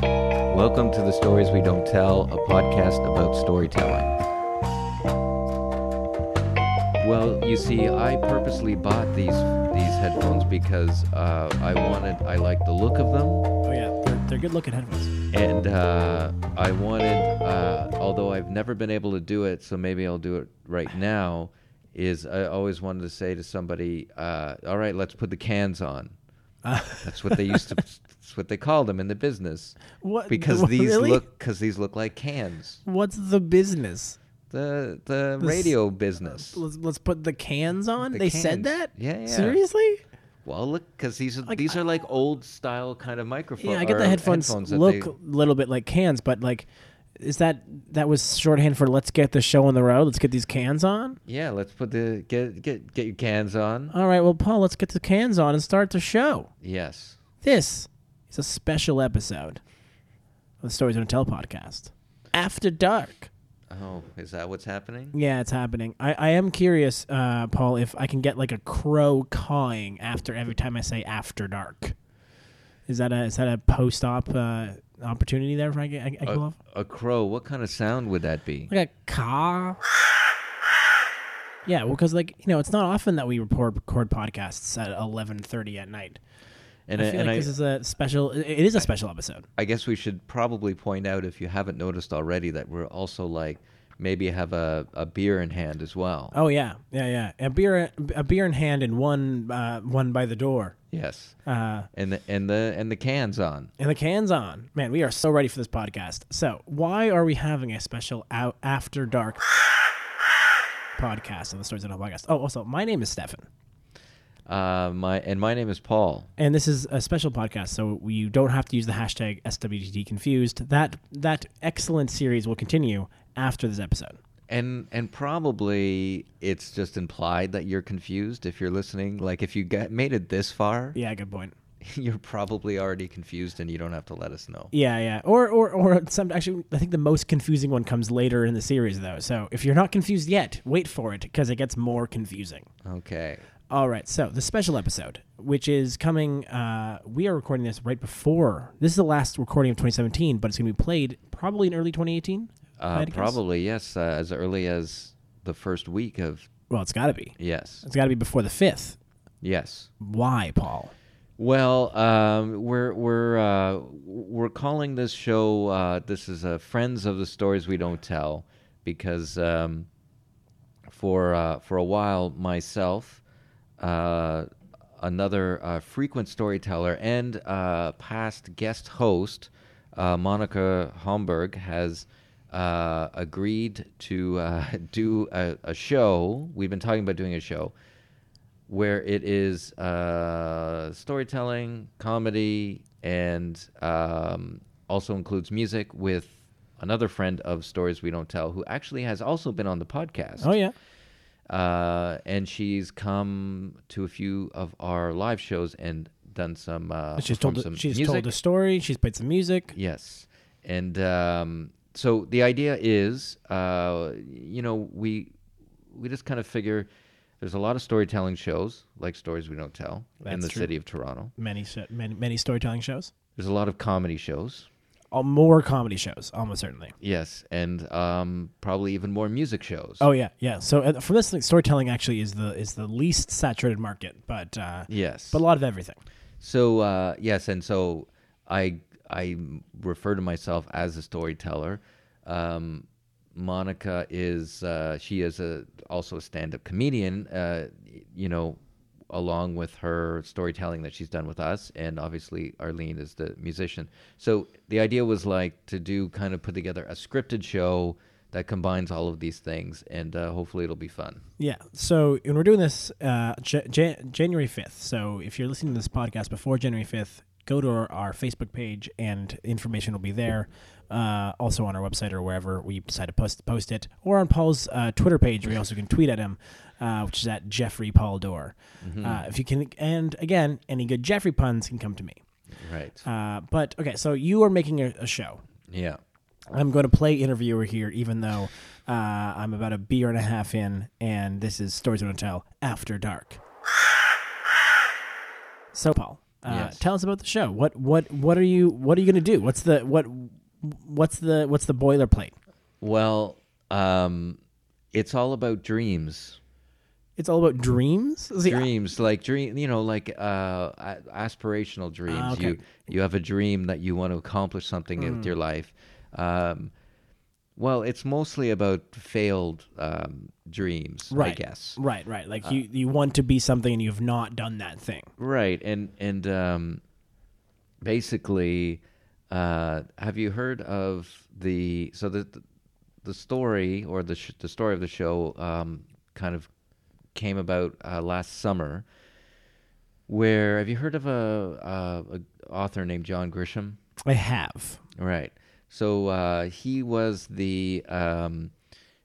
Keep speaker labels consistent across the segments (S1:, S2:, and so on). S1: Welcome to the Stories We Don't Tell, a podcast about storytelling. Well, you see, I purposely bought these these headphones because uh, I wanted I like the look of them,
S2: Oh yeah, they're, they're good looking headphones.
S1: and uh, I wanted, uh, although I've never been able to do it, so maybe I'll do it right now. Is I always wanted to say to somebody, uh, all right, let's put the cans on. That's what they used to. That's what they called them in the business.
S2: What
S1: because
S2: wha-
S1: these
S2: really?
S1: look because these look like cans.
S2: What's the business?
S1: The the
S2: This-
S1: radio business.
S2: Let's let's put the cans on.
S1: The
S2: they
S1: cans.
S2: said that.
S1: Yeah, yeah.
S2: Seriously?
S1: Well, look, because these are
S2: Like,
S1: these are like old style kind of microphones.
S2: yeah, I get the headphones, look a little bit like cans, but like, is that that was shorthand for let's get the show on the road? Let's get these cans on.
S1: yeah, let's put the get get get your cans on.
S2: All right, well, Paul, let's get the cans on and start the show.
S1: Yes,
S2: This is a special episode of the Stories Don't Tell podcast. After dark.
S1: Oh, is that what's happening?
S2: Yeah, it's happening. I, I am curious, uh, Paul, if I can get like a crow cawing after every time I say after dark. Is that a is that a post op uh, opportunity there? If I get I, I
S1: A-
S2: go off
S1: a, crow. What kind of sound would that be?
S2: like a caw. Yeah, well, because like you know, it's not often that we report record podcasts at eleven thirty at night.
S1: And
S2: I feel
S1: and
S2: like this is a special. It it is a special episode.
S1: I guess we should probably point out if you haven't noticed already that we're also like maybe have a, a beer in hand as well.
S2: Oh yeah, yeah, yeah. A beer, a beer in hand, and one uh, one by the door.
S1: Yes,
S2: Uh,
S1: and the and the and the cans on.
S2: and the cans on. Man, we are so ready for this podcast. So, why are we having a special out after dark podcast on the Stories That Know podcast? Oh, also, my name is Stefan,
S1: Uh, my and my name is Paul.
S2: and this is a special podcast, so you don't have to use the hashtag SWTD confused. That that excellent series will continue after this episode.
S1: And and probably it's just implied that you're confused if you're listening. Like if you got made it this far,
S2: Yeah, good point.
S1: you're probably already confused, and you don't have to let us know.
S2: Yeah, yeah. Or or or some actually I think the most confusing one comes later in the series though. So, if you're not confused yet, wait for it because it gets more confusing.
S1: Okay.
S2: All right, so the special episode, which is coming, uh, we are recording this right before. This is the last recording of 2017, but it's going to be played probably in early 2018.
S1: Uh,
S2: I'd guess.
S1: probably yes, uh, as early as the first week of
S2: Well, it's got to be.
S1: yes,
S2: It's got to be before the fifth.
S1: yes.
S2: Why, Paul?
S1: Well, um, we're we're uh, we're calling this show. Uh, this is uh, friends of the stories we don't tell, because um, for uh, for a while myself, uh, another uh, frequent storyteller and uh, past guest host, uh, Monica Homburg, has uh, agreed to uh, do a, a show. We've been talking about doing a show where it is uh, storytelling, comedy, and um, also includes music with another friend of Stories We Don't Tell, who actually has also been on the podcast.
S2: Oh yeah,
S1: Uh, and she's come to a few of our live shows and done some. Uh,
S2: she's told.
S1: performed some
S2: she's
S1: music.
S2: told a story. She's played some music.
S1: Yes. And um, so the idea is, uh, you know, we we just kind of figure there's a lot of storytelling shows, like stories we don't tell, in
S2: That's
S1: the
S2: true.
S1: city of Toronto.
S2: Many sh- many many storytelling shows.
S1: There's a lot of comedy shows.
S2: Uh, more comedy shows, almost certainly.
S1: Yes, and um, probably even more music shows.
S2: Oh yeah, yeah. So uh, from this, like, storytelling actually is the is the least saturated market, but uh,
S1: Yes.
S2: but a lot of everything.
S1: So uh, yes, and so I I refer to myself as a storyteller. Um, Monica is uh, she is a also a stand up comedian. Uh, you know, along with her storytelling that she's done with us, and obviously Arlene is the musician. So the idea was like to do kind of put together a scripted show that combines all of these things, and uh, hopefully it'll be fun.
S2: Yeah. So, and we're doing this uh, J- J- January 5th. So, if you're listening to this podcast before January 5th, go to our, our Facebook page and information will be there. Uh, also on our website or wherever we decide to post post it, or on Paul's uh, Twitter page, where you also can tweet at him, uh, which is at Jeffrey Paul Dorr. Uh, if you can, and again, any good Jeffrey puns can come to me.
S1: Right?
S2: Uh, but okay, so you are making a, a show.
S1: yeah.
S2: I'm going to play interviewer here, even though uh, I'm about a beer and a half in, and this is Stories We Don't Tell After Dark. So, Paul, uh,
S1: Yes.
S2: tell us about the show. What what what are you what are you going to do? What's the what what's the what's the boilerplate?
S1: Well, um, it's all about dreams.
S2: It's all about dreams. See, I-
S1: dreams like dream you know like uh a- aspirational dreams
S2: Ah, okay. Hmm.
S1: you you have a dream that you want to accomplish something with your life um well it's mostly about failed um dreams i
S2: Right.
S1: guess
S2: Right, right. Like you, you want to be something and you've not done that thing.
S1: right and and um basically uh have you heard of the so the the story or the sh- the story of the show um kind of came about uh, last summer where have you heard of a, a, a author named John Grisham?
S2: I have.
S1: Right. So uh, he was the um,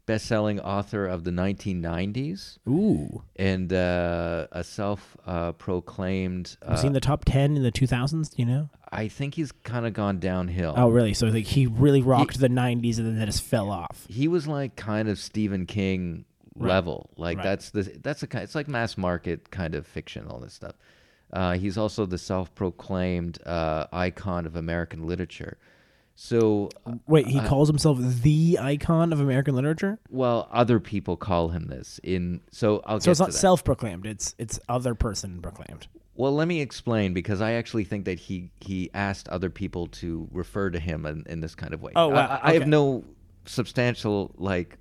S1: best-selling author of the 1990s
S2: Ooh.
S1: and uh, a uh, self-proclaimed. Uh,
S2: Was he in the top 10 in the 2000s, do you know?
S1: I think he's kind of gone downhill.
S2: Oh, really? So like he really rocked the 90s and then that just fell off.
S1: He was like kind of Stephen King level. Like
S2: Right.
S1: that's the that's a kind. It's like mass market kind of fiction. All this stuff. Uh, he's also the self-proclaimed uh, icon of American literature. So, uh,
S2: Wait, he calls himself the icon of American literature?
S1: well, other people call him this. In so I'll
S2: So
S1: get
S2: it's
S1: to
S2: not
S1: that.
S2: self-proclaimed. It's it's other person proclaimed.
S1: Well, let me explain because I actually think that he he asked other people to refer to him in, in this kind of way.
S2: Oh, wow,
S1: I, I- I have
S2: okay.
S1: no substantial like.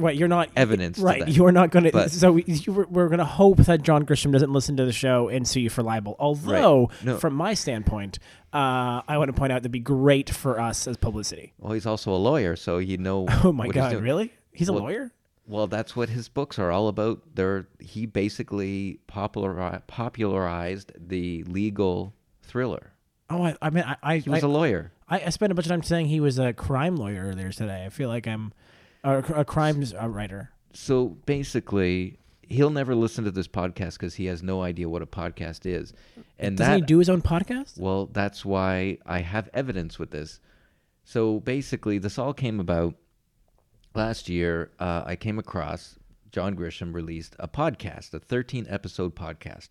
S2: Right, you're not
S1: Evidence to
S2: Right,
S1: that.
S2: you're not going to.
S1: But-
S2: So we, you, we're, we're going to hope that John Grisham doesn't listen to the show and sue you for libel. Although,
S1: No.
S2: from my standpoint, uh, I want to point out that'd be great for us as publicity.
S1: Well, he's also a lawyer, so he know.
S2: Oh my
S1: what he's
S2: god,
S1: doing.
S2: really? He's a
S1: Well-
S2: lawyer?
S1: Well, that's what his books are all about. They're he basically popularized, popularized the legal thriller.
S2: Oh, I, I mean, I I,
S1: He was
S2: I-
S1: a lawyer.
S2: I- I spent a bunch of time saying he was a crime lawyer earlier today. I feel like I'm a, a crime writer.
S1: So basically, he'll never listen to this podcast because he has no idea what a podcast is. And
S2: Doesn't
S1: that
S2: he do his own podcast?
S1: Well, that's why I have evidence with this. So basically, this all came about last year. Uh, I came across John Grisham released a podcast, a 13 episode podcast,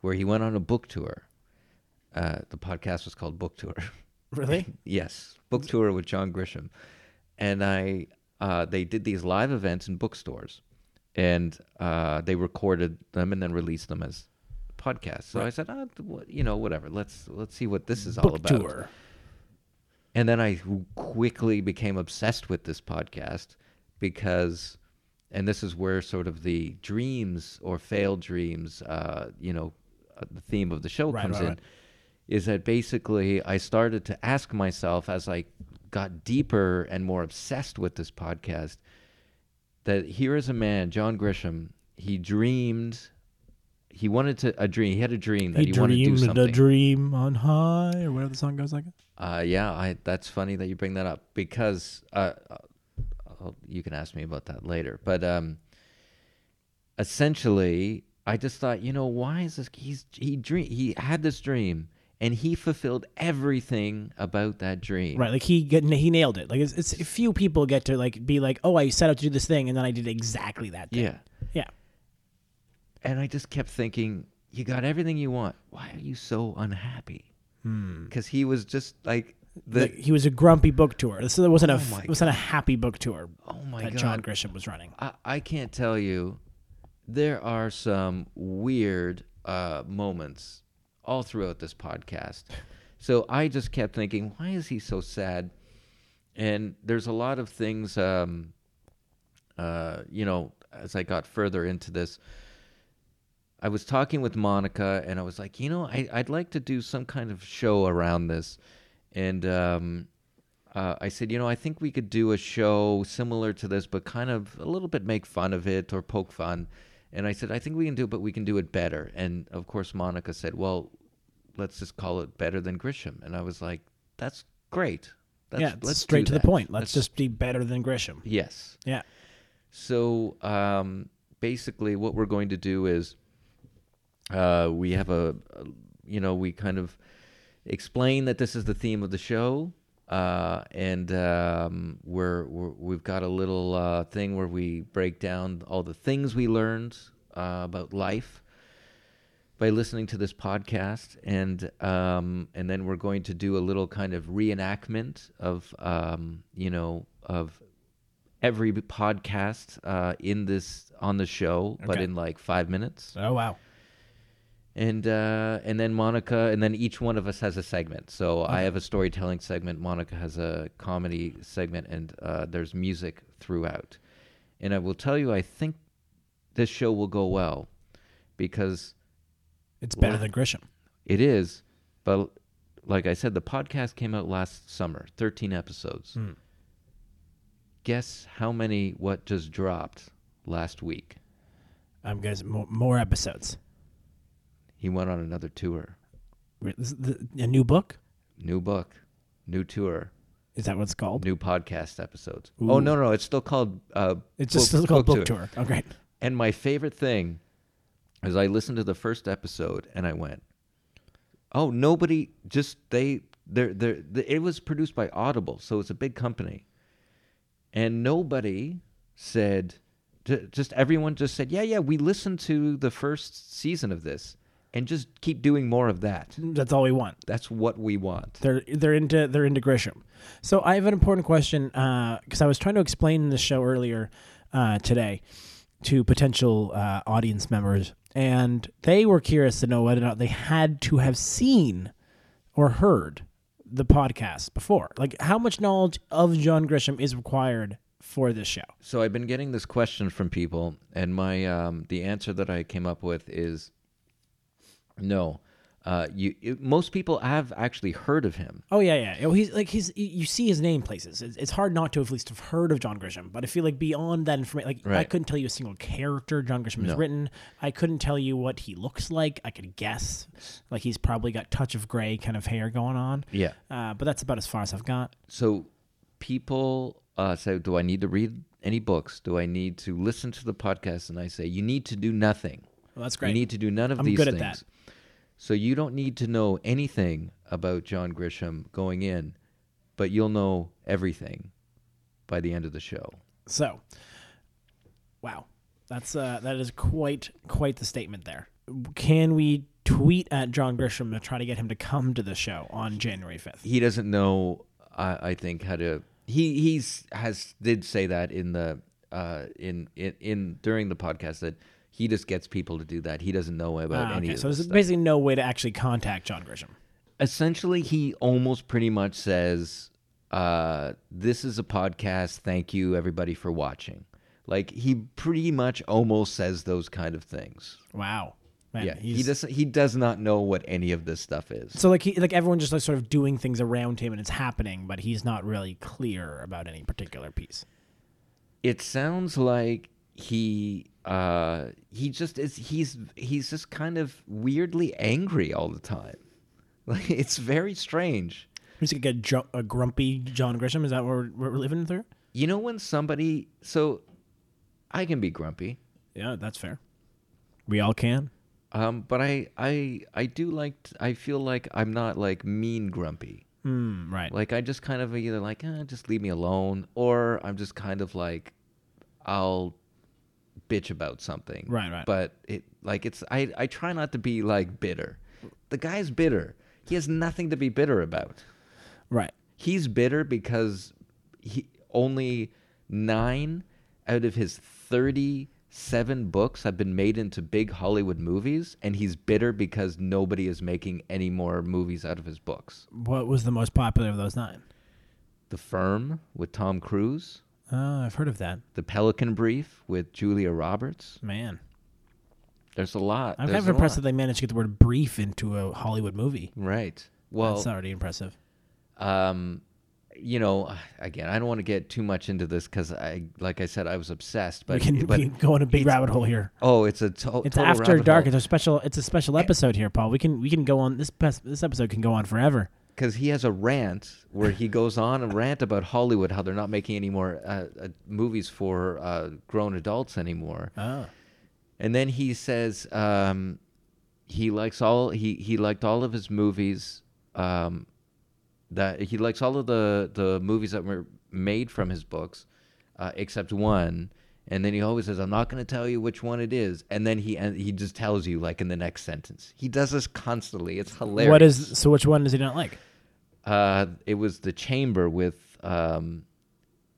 S1: where he went on a book tour. Uh, the podcast was called Book Tour.
S2: Really?
S1: yes, book tour with John Grisham, and I. Uh, they did these live events in bookstores, and uh, they recorded them and then released them as podcasts. So I said, oh, what, you know, whatever. Let's let's see what this is all
S2: Book
S1: about.
S2: tour.
S1: And then I quickly became obsessed with this podcast because, and this is where sort of the dreams or failed dreams, uh, you know, uh, the theme of the show
S2: Right,
S1: comes
S2: right,
S1: in,
S2: right.
S1: is that basically I started to ask myself as I got deeper and more obsessed with this podcast that here is a man, John Grisham, he dreamed. He wanted to a dream. He had a dream that he, wanted to do something.
S2: dream on high, or whatever the song goes like.
S1: Uh, yeah, I, that's funny that you bring that up because uh, i you can ask me about that later. But um, essentially, I just thought, you know, why is this? He's he dream he had this dream and he fulfilled everything about that dream.
S2: Right, like he get, he nailed it. Like it's, it's few people get to like be like, oh, I set out to do this thing and then I did exactly that. Thing.
S1: Yeah.
S2: yeah.
S1: And I just kept thinking, you got everything you want. Why are you so unhappy?
S2: Hmm.
S1: Because he was just like the. Oh
S2: Like, he was a grumpy book tour. This wasn't a
S1: my
S2: it wasn't a happy book tour
S1: oh my
S2: that
S1: god!
S2: John Grisham was running.
S1: I, I can't tell you. There are some weird uh, moments all throughout this podcast. So I just kept thinking, why is he so sad? And there's a lot of things, um, uh, you know, as I got further into this, I was talking with Monica and I was like, you know, I, I'd like to do some kind of show around this. And um, uh, I said, you know, I think we could do a show similar to this, but kind of a little bit make fun of it or poke fun. And I said, I think we can do it, but we can do it better. And of course, Monica said, well, let's just call it better than Grisham. And I was like, that's great. That's,
S2: yeah,
S1: let's do
S2: straight to the
S1: that.
S2: point. Let's just be better than Grisham.
S1: Yes.
S2: Yeah,
S1: So um, basically, what we're going to do is uh, we have a, a- you know, we kind of explain that this is the theme of the show. uh, and um, we're, we're we've got a little uh, thing where we break down all the things we learned uh, about life by listening to this podcast, and um, and then we're going to do a little kind of reenactment of um, you know of every podcast uh, in this on the show, but
S2: Okay.
S1: in like five minutes,
S2: Oh wow.
S1: and uh, and then Monica, and then each one of us has a segment. So I have a storytelling segment, Monica has a comedy segment, and uh, there's music throughout. And I will tell you, I think this show will go well because.
S2: It's better than Grisham.
S1: It is, but like I said, the podcast came out last summer, 13 episodes. Guess how many what just dropped last week?
S2: I'm Um, guys more, more episodes.
S1: He went on another tour.
S2: Re- this- the- a new book?
S1: New book, new tour,
S2: Is that what it's called?
S1: new podcast episodes. Oh, no, no, it's still called uh,
S2: It's just
S1: book-
S2: it's called
S1: book
S2: book tour. Oh great.
S1: And my favorite thing is I listened to the first episode and I went, "Oh, nobody just they they're, they're, they it was produced by Audible, so it's a big company." And nobody said ju- just everyone just said, "Yeah, yeah, we listened to the first season of this and just keep doing more of that.
S2: That's all we want.
S1: That's what we want."
S2: They're they're into they're into Grisham. So I have an important question because I was trying to explain in the show earlier uh, today to potential uh, audience members, and they were curious to know whether or not they had to have seen or heard the podcast before. Like, how much knowledge of John Grisham is required for this show?
S1: So I've been getting this question from people, and my um, the answer that I came up with is no. Uh, you it, most people have actually heard of him.
S2: Oh yeah, yeah. Oh, he's like he's. You see his name places. It's, it's hard not to have at least have heard of John Grisham. But I feel like beyond that information, like I
S1: Right.
S2: couldn't tell you a single character John Grisham has written. I couldn't tell you what he looks like. I could guess, like he's probably got touch of gray kind of hair going on.
S1: Yeah.
S2: Uh, but that's about as far as I've got.
S1: So people uh, say, "Do I need to read any books? Do I need to listen to the podcast?" And I say, "You need to do nothing.
S2: Well, that's
S1: You
S2: great.
S1: need to do none of
S2: I'm
S1: these
S2: good at
S1: things."
S2: that.
S1: So you don't need to know anything about John Grisham going in, but you'll know everything by the end of the show.
S2: So, wow, that's uh, that is quite quite the statement there. Can we tweet at John Grisham to try to get him to come to the show on January fifth?
S1: he doesn't know I, I think how to he he's has did say that in the uh in, in in during the podcast that he just gets people to do that he doesn't know about
S2: Ah,
S1: any
S2: okay,
S1: of
S2: so
S1: this
S2: there's
S1: stuff.
S2: basically no way to actually contact John Grisham.
S1: essentially he almost pretty much says uh this is a podcast thank you everybody for watching like he pretty much almost says those kind of things
S2: Wow. Man,
S1: yeah
S2: he's,
S1: he doesn't he does not know what any of this stuff is
S2: so like he like everyone just like sort of doing things around him and it's happening, but he's not really clear about any particular piece.
S1: it sounds like he uh he just is he's he's just kind of weirdly angry all the time like it's very strange
S2: He's like a, ju- a grumpy John Grisham. Is that what we're, what we're living through?
S1: you know when somebody so i can be grumpy
S2: Yeah, that's fair. We all can.
S1: um but i i i do like t- i feel like i'm not like mean grumpy
S2: Hmm. Right.
S1: like i just kind of either like eh, just leave me alone or i'm just kind of like i'll bitch about something
S2: Right, right.
S1: but it like it's i i try not to be like bitter the guy's bitter he has nothing to be bitter about
S2: right.
S1: he's bitter because he only nine out of his 37 books have been made into big hollywood movies and he's bitter because nobody is making any more movies out of his books
S2: What was the most popular of those nine?
S1: the firm with tom cruise
S2: Uh, I've heard of that.
S1: the pelican brief with julia roberts
S2: Man,
S1: there's a lot
S2: I'm
S1: There's
S2: kind of
S1: a
S2: impressed
S1: lot.
S2: that they managed to get the word brief into a Hollywood movie.
S1: right well
S2: that's uh, already impressive.
S1: um you know again i don't want to get too much into this because i like i said i was obsessed but,
S2: we can
S1: but
S2: we can go on a big
S1: it's-
S2: rabbit hole here.
S1: oh it's a to-
S2: It's
S1: total
S2: after
S1: rabbit
S2: dark.
S1: hole.
S2: It's a special. It's a special episode here, Paul. We can we can go on this. pes- This episode can go on forever.
S1: because he has a rant where he goes on and rant about Hollywood, how they're not making any more uh, uh, movies for uh, grown adults anymore.
S2: Oh,
S1: And then he says um, he likes all he he liked all of his movies, um, that he likes all of the the movies that were made from his books, uh, except one. And then he always says, "I'm not going to tell you which one it is." And then he and he just tells you like in the next sentence. He does this constantly. It's hilarious.
S2: What is so? Which one does he not like?
S1: Uh, it was the chamber with um,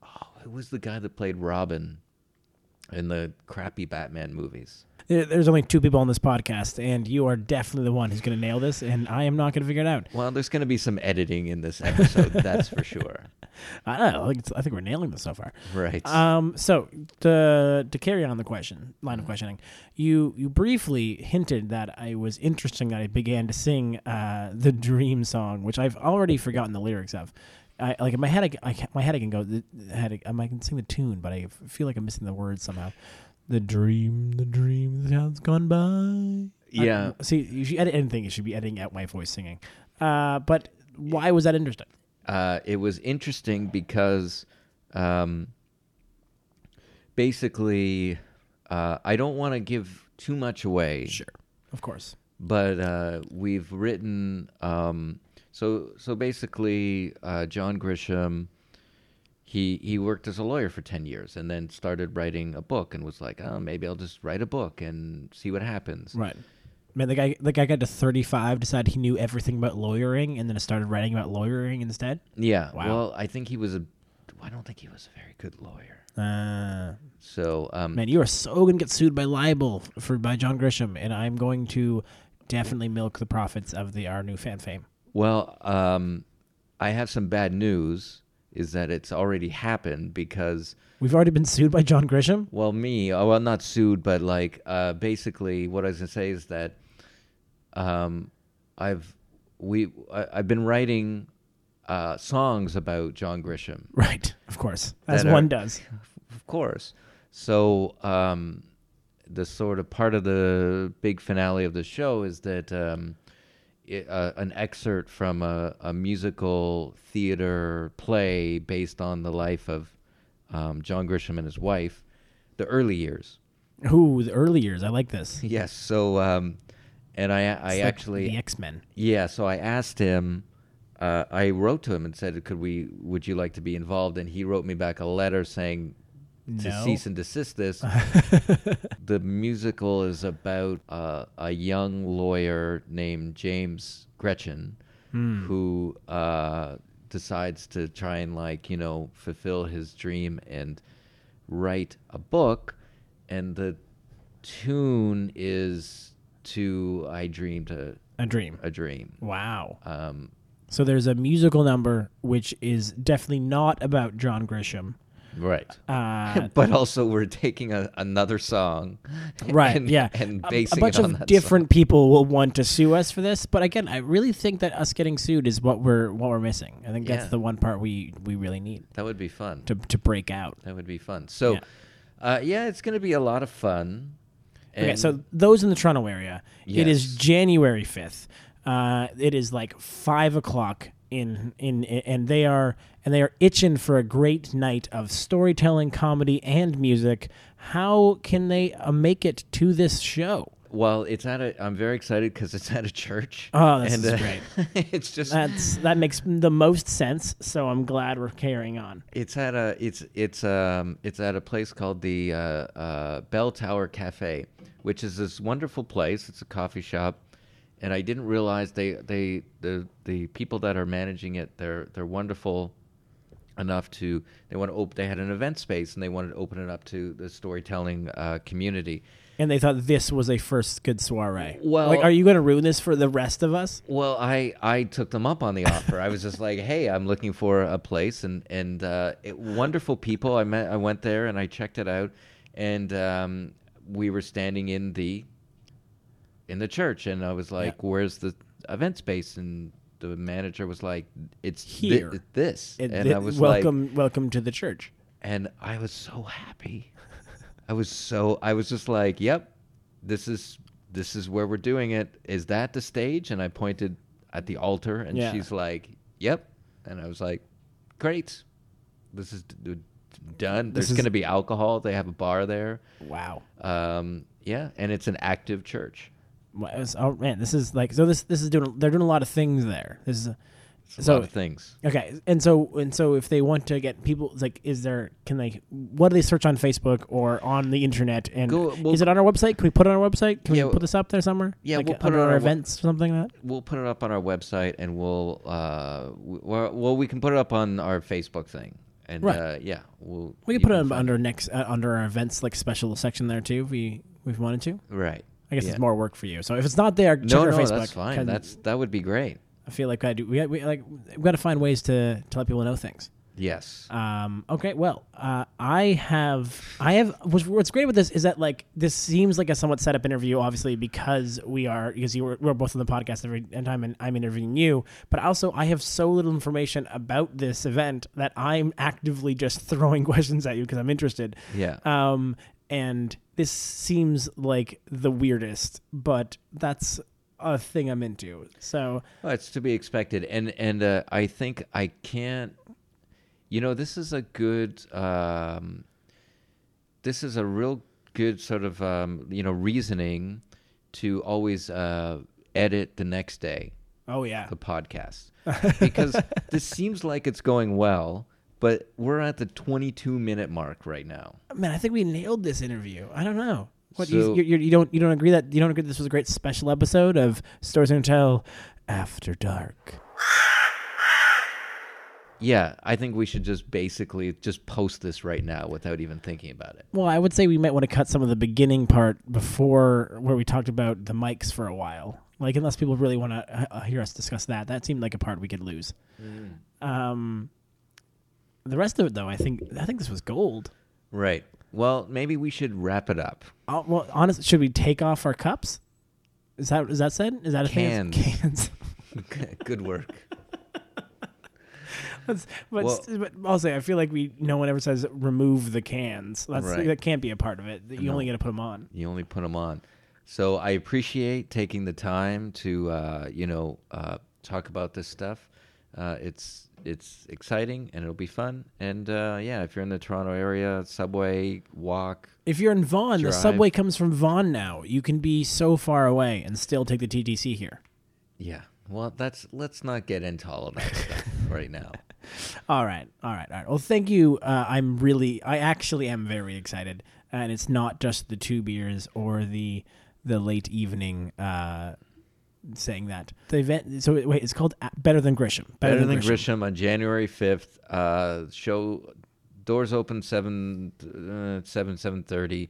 S1: oh, it was the guy that played Robin in the crappy Batman movies.
S2: There, there's only two people on this podcast, and you are definitely the one who's going to nail this, and I am not going to figure it out.
S1: Well, there's going to be some editing in this episode, that's for sure. Uh,
S2: I don't know. I think, it's- I think we're nailing this so far.
S1: Right.
S2: Um, so to to carry on the question line of questioning, you you briefly hinted that I was interesting that I began to sing uh, the dream song, which I've already forgotten the lyrics of. I, like in my head, I, ca- I ca- my head I can go. The, the head, I, um, I can sing the tune, but I f- feel like I'm missing the words somehow. The dream, the dream, the town's gone by. I-
S1: Yeah.
S2: see, if you edit anything, you should be editing out my voice singing. Uh, but why was that interesting?
S1: uh, it was interesting because um, basically, uh, I don't want to give too much away.
S2: Of course.
S1: but uh, we've written um, so so basically uh, John Grisham he he worked as a lawyer for 10 years and then started writing a book and was like oh maybe I'll just write a book and see what happens
S2: Right. Man, the guy the guy got to thirty five, decided he knew everything about lawyering, and then started writing about lawyering instead.
S1: yeah
S2: Wow.
S1: well I think he was a I don't think he was a very good lawyer
S2: Uh,
S1: so um,
S2: man, you are so gonna get sued by libel for by John Grisham, and I'm going to definitely milk the profits of the our new fan fame.
S1: Well, um, I have some bad news. Is that it's already happened because
S2: We've already been sued by John Grisham.
S1: well, me, oh, well, not sued, but like uh, basically, what I was gonna say is that um, I've we I, I've been writing uh, songs about John Grisham,
S2: Right, of course, as
S1: That are-
S2: one does.
S1: of course. So um, the sort of part of the big finale of the show is that um, i uh, an excerpt from a, a musical theater play based on the life of um, John Grisham and his wife, the early years.
S2: Ooh, the early years. I like this.
S1: Yes. So um, and I I
S2: It's like
S1: actually
S2: the X Men.
S1: yeah, so I asked him. Uh, I wrote to him and said, "Could we? Would you like to be involved?" And he wrote me back a letter saying to
S2: No.
S1: cease and desist this. the musical is about uh, a young lawyer named James Gretchen who uh, decides to try and like you know fulfill his dream and write a book, and the tune is to "I Dreamed a."
S2: A dream.
S1: a dream.
S2: Wow.
S1: Um,
S2: So there's a musical number which is definitely not about John Grisham.
S1: right.
S2: Uh,
S1: But also, we're taking a, another song,
S2: right
S1: And,
S2: yeah
S1: and
S2: A-
S1: basing
S2: a, bunch
S1: it on
S2: of
S1: that
S2: different people will want to sue us for this but again i really think that us getting sued is what we're what we're missing i think that's
S1: Yeah.
S2: the one part we we really need
S1: Song. That would be fun.
S2: to to break out
S1: That would be fun. So,
S2: Yeah.
S1: Uh, yeah, it's going to be a lot of fun.
S2: okay
S1: And
S2: so those in the toronto area
S1: Yes.
S2: it is january 5th uh it is like five o'clock in in and they are and they are itching for a great night of storytelling comedy and music how can they uh, make it to this show
S1: well, it's at a. I'm very excited because it's at a church.
S2: Oh, this
S1: and,
S2: is Uh,
S1: great. it's just
S2: That's that makes the most sense. So I'm glad we're carrying on.
S1: it's at a it's it's um it's at a place called the uh, uh, Bell Tower Cafe, which is this wonderful place. It's a coffee shop, and I didn't realize they they the the people that are managing it they're they're wonderful enough to they want to open they had an event space and they wanted to open it up to the storytelling uh, community.
S2: And they thought this was a first good soiree.
S1: Well-
S2: like, are you going to ruin this for the rest of us?
S1: Well, I I took them up on the offer. I was just like, hey, I'm looking for a place, and and uh, it, wonderful people. I met, I went there and I checked it out, and um, we were standing in the in the church, and I was like, where's the event space? And the manager was like, it's thi-
S2: Here.
S1: it's this,
S2: It-
S1: and
S2: it-
S1: I was like,
S2: welcome, welcome to the church.
S1: and I was so happy. I was so I was just like, "Yep, this is this is where we're doing it. Is that the stage?" And I pointed at the altar, and
S2: Yeah.
S1: she's like, "Yep," and I was like, "Great, this is d- d- done.
S2: This
S1: There's
S2: is-
S1: going to be alcohol. They have a bar there.
S2: Wow.
S1: Um, yeah, and it's an active church.
S2: Wow, it's- Oh man, this is like so. This this is doing. They're doing a lot of things there. This is.
S1: It's a
S2: So-
S1: lot of things.
S2: Okay, and so and so if they want to get people, it's like, is there can they? What do they search on Facebook or on the internet? And
S1: Go- well-
S2: is it on our website? Can we put it on our website? Can
S1: Yeah,
S2: we put this up there somewhere?
S1: yeah,
S2: like,
S1: we'll
S2: uh,
S1: put it
S2: under
S1: on
S2: our
S1: our web-
S2: events or something like that.
S1: We'll put it up on our website, and we'll uh, w- well, well, we can put it up on our Facebook thing, and
S2: Right.
S1: uh, yeah, we'll
S2: We
S1: you
S2: could put
S1: can
S2: it
S1: find
S2: under next uh, under our events like special section there too. If we we've wanted to.
S1: right.
S2: I guess
S1: Yeah.
S2: it's more work for you. So if it's not there, check
S1: No,
S2: our
S1: no,
S2: Facebook.
S1: that's fine.
S2: 'cause
S1: That's that would be great.
S2: I feel like I do. We, we like we got to find ways to to let people know things.
S1: Yes.
S2: Um, okay, well, uh, I have, I have. What's, what's great about this is that like this seems like a somewhat set up interview, obviously because we are because you were, we're both on the podcast every time, and I'm interviewing you. But also, I have so little information about this event that I'm actively just throwing questions at you because I'm interested.
S1: Yeah.
S2: Um, and this seems like the weirdest, but that's a thing I'm into. So
S1: Well, Oh, it's to be expected, and and uh, I think I can't. You know, this is a good. Um, this is a real good sort of um, you know reasoning to always uh, edit the next day
S2: oh yeah,
S1: the podcast because this seems like it's going well, but we're at the 22 minute mark right now.
S2: Man, I think we nailed this interview. I don't know. What you
S1: So-
S2: you, you, you don't you don't agree that you don't agree this was a great special episode of Stories and Tell After Dark.
S1: Yeah, I think we should just basically just post this right now without even thinking about it.
S2: Well, I would say we might want to cut some of the beginning part before where we talked about the mics for a while. Like unless people really want to uh, hear us discuss that, that seemed like a part we could lose.
S1: Mm.
S2: Um, the rest of it though, I think I think this was gold.
S1: Right. Well, maybe we should wrap it up.
S2: Uh, well, honest, should we take off our cups? Is that is that said? Is that a thing?
S1: Cans.
S2: Cans.
S1: good work.
S2: That's, but,
S1: Well-
S2: st- but also, I feel like we no one ever says remove the cans. That's
S1: Right.
S2: that can't be a part of it. You
S1: No.
S2: only got to put them on.
S1: You only put them on. So I appreciate taking the time to uh, you know uh, talk about this stuff. Uh, it's it's exciting and it'll be fun. And uh, yeah, if you're in the Toronto area, subway, walk.
S2: If you're in Vaughan, the
S1: Drive.
S2: subway comes from Vaughan now. You can be so far away and still take the TTC here.
S1: Yeah. Well, that's let's not get into all of that stuff right now.
S2: All right, all right, all right. Well, thank you. Uh, I'm really, I actually am very excited, and it's not just the two beers or the the late evening. Uh, saying that the event. So wait, it's called A- Better Than Grisham.
S1: Better than Grisham on January fifth. Uh, show doors open seven uh, seven seven thirty.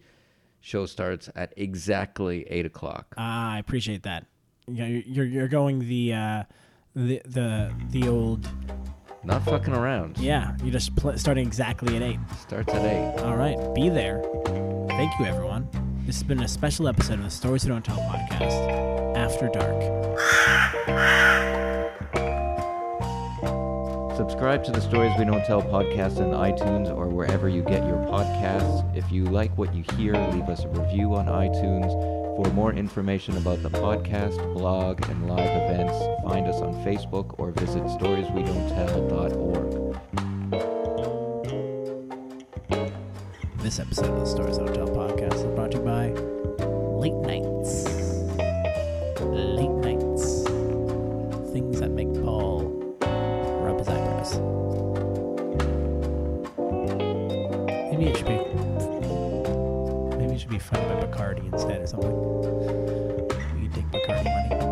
S1: Show starts at exactly eight o'clock.
S2: Ah, I appreciate that. Yeah, you're you're, you're going the uh, the the the old
S1: Not fucking around.
S2: yeah. You're just pl- starting exactly at eight.
S1: Starts at eight.
S2: All right, be there. Thank you, everyone. This has been a special episode of the Stories We Don't Tell podcast, After Dark.
S1: Subscribe to the Stories We Don't Tell podcast on iTunes or wherever you get your podcasts. If you like what you hear, leave us a review on iTunes. For more information about the podcast, blog, and live events, find us on Facebook or visit storieswedonttell.org.
S2: This episode of the Stories We Don't Tell podcast is brought to you by Late Nights. Late Nights. Things that make Paul rub his eyebrows. Maybe it should be. Maybe it should be funded by Bacardi instead or something. We could take Bacardi money.